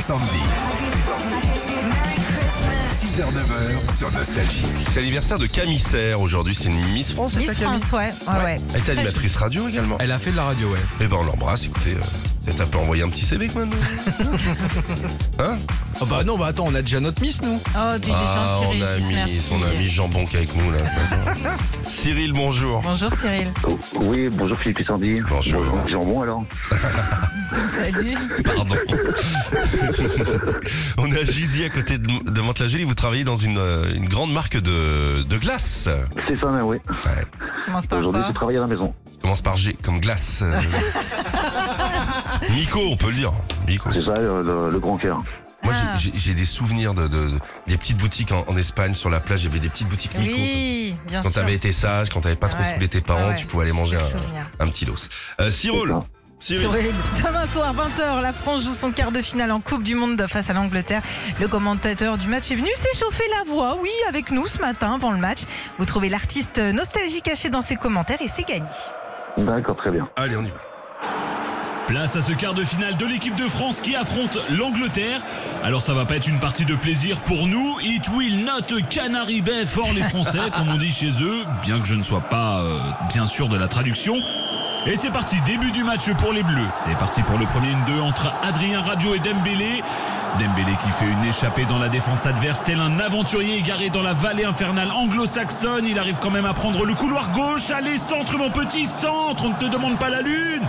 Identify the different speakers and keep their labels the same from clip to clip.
Speaker 1: Sandy. 6h-9h sur Nostalgie.
Speaker 2: C'est l'anniversaire de Camille Serre aujourd'hui, c'est une Miss France, c'est
Speaker 3: Miss
Speaker 2: ça Camille
Speaker 3: France, ouais. ouais, ouais.
Speaker 2: Elle est animatrice radio également.
Speaker 4: Elle a fait de la radio, ouais.
Speaker 2: Eh ben on l'embrasse, écoutez, euh, peut-être elle peut envoyer un petit CV quand même. hein
Speaker 4: Oh bah non, bah attends, on a déjà notre Miss, nous.
Speaker 3: Oh, tu es
Speaker 2: Ah,
Speaker 3: gentil,
Speaker 2: on a
Speaker 3: Régis,
Speaker 2: mis,
Speaker 3: merci.
Speaker 2: on a mis Jean Bonc avec nous là. Cyril, bonjour.
Speaker 3: Bonjour Cyril.
Speaker 5: Oh, oui, bonjour Philippe et Sandy.
Speaker 2: Bonjour.
Speaker 5: Jambon alors.
Speaker 3: Salut.
Speaker 2: Pardon. on est à Gizy à côté de, de Mantes-la-Jolie. Vous travaillez dans une, euh, une grande marque de, de glace.
Speaker 5: C'est ça même, oui.
Speaker 2: Ouais.
Speaker 3: Commence par
Speaker 5: Aujourd'hui,
Speaker 3: quoi
Speaker 5: je travaille à la maison.
Speaker 2: Commence par G, comme glace. euh. Nico, on peut le dire. Nico.
Speaker 5: C'est ça euh, le, le grand cœur.
Speaker 2: Moi,
Speaker 3: Ah.
Speaker 2: j'ai- j'ai j'ai des souvenirs de, de- de- des petites boutiques en, en Espagne sur la plage. Il y avait des petites boutiques Nico.
Speaker 3: Oui, bien
Speaker 2: Quand
Speaker 3: sûr.
Speaker 2: t'avais été sage, quand t'avais pas trop
Speaker 3: Ouais.
Speaker 2: saoulé tes parents,
Speaker 3: Ouais.
Speaker 2: tu pouvais aller manger
Speaker 3: Quel
Speaker 2: un,
Speaker 3: souvenir.
Speaker 2: un petit los. Euh, Cyril,
Speaker 5: C'est ça.
Speaker 2: Cyril.
Speaker 3: Cyril. Demain soir, 20h, la France joue son quart de finale en Coupe du Monde face à l'Angleterre. Le commentateur du match est venu s'échauffer la voix, oui, avec nous ce matin avant le match. Vous trouvez l'artiste nostalgie caché dans ses commentaires et c'est gagné.
Speaker 5: D'accord, très bien.
Speaker 2: Allez, on y va.
Speaker 6: Place à ce quart de finale de l'équipe de France qui affronte l'Angleterre. Alors ça va pas être une partie de plaisir pour nous. It will not Canary Bay for les Français, comme on dit chez eux, bien que je ne sois pas euh, bien sûr de la traduction. Et c'est parti, début du match pour les Bleus. C'est parti pour le premier 1-2 entre Adrien Radio et Dembélé. Dembélé qui fait une échappée dans la défense adverse, tel un aventurier égaré dans la vallée infernale anglo-saxonne. Il arrive quand même à prendre le couloir gauche. Allez, centre, mon petit centre, on ne te demande pas la lune.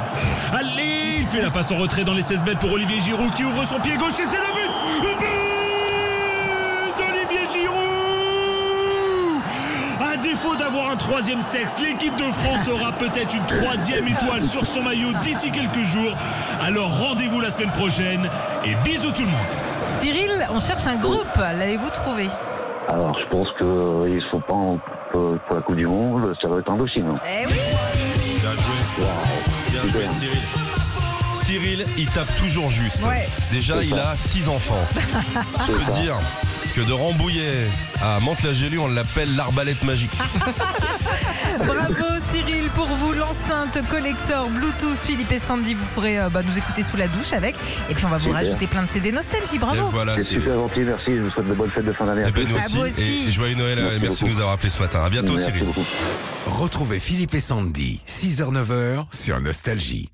Speaker 6: Allez, il fait la passe en retrait dans les 16 mètres pour Olivier Giroud qui ouvre son pied gauche et c'est le but. Le but d'Olivier Giroud à défaut d'avoir un troisième sexe, l'équipe de France aura peut-être une troisième étoile sur son maillot d'ici quelques jours. Alors rendez-vous la semaine prochaine et bisous tout le monde.
Speaker 3: Cyril, on cherche un groupe, l'avez-vous trouvé
Speaker 5: Alors, je pense qu'ils ne sont pas en- pour pour la Coupe du Monde. Ça va être Indochine.
Speaker 2: Ah,
Speaker 3: Eh oui
Speaker 2: Bien joué. Bien joué, Cyril. Cyril, il tape toujours juste.
Speaker 3: Ouais.
Speaker 2: Déjà,
Speaker 5: C'est
Speaker 2: il
Speaker 5: ça.
Speaker 2: a six enfants. Je peux te dire que de Rambouillet à Mantes-la-Gélie, on l'appelle l'arbalète magique.
Speaker 3: Bravo Cyril pour vous, l'enceinte collector Bluetooth Philippe et Sandy. Vous pourrez euh, bah, nous écouter sous la douche avec. Et puis on va vous
Speaker 5: Super.
Speaker 3: rajouter plein de CD nostalgie.
Speaker 2: Et
Speaker 3: Bravo.
Speaker 2: voilà,
Speaker 5: C'est
Speaker 2: Cyril.
Speaker 5: super gentil, merci. Je vous souhaite de bonnes fêtes de fin d'année. à
Speaker 2: Eh ben, nous
Speaker 3: À vous Ah, aussi.
Speaker 2: Et, et joyeux Noël.
Speaker 5: Merci
Speaker 2: Merci, merci de
Speaker 5: beaucoup.
Speaker 2: nous avoir appelés ce matin. À bientôt,
Speaker 5: Merci
Speaker 2: Cyril.
Speaker 5: beaucoup.
Speaker 1: Retrouvez Philippe et Sandy, 6h-9h sur Nostalgie.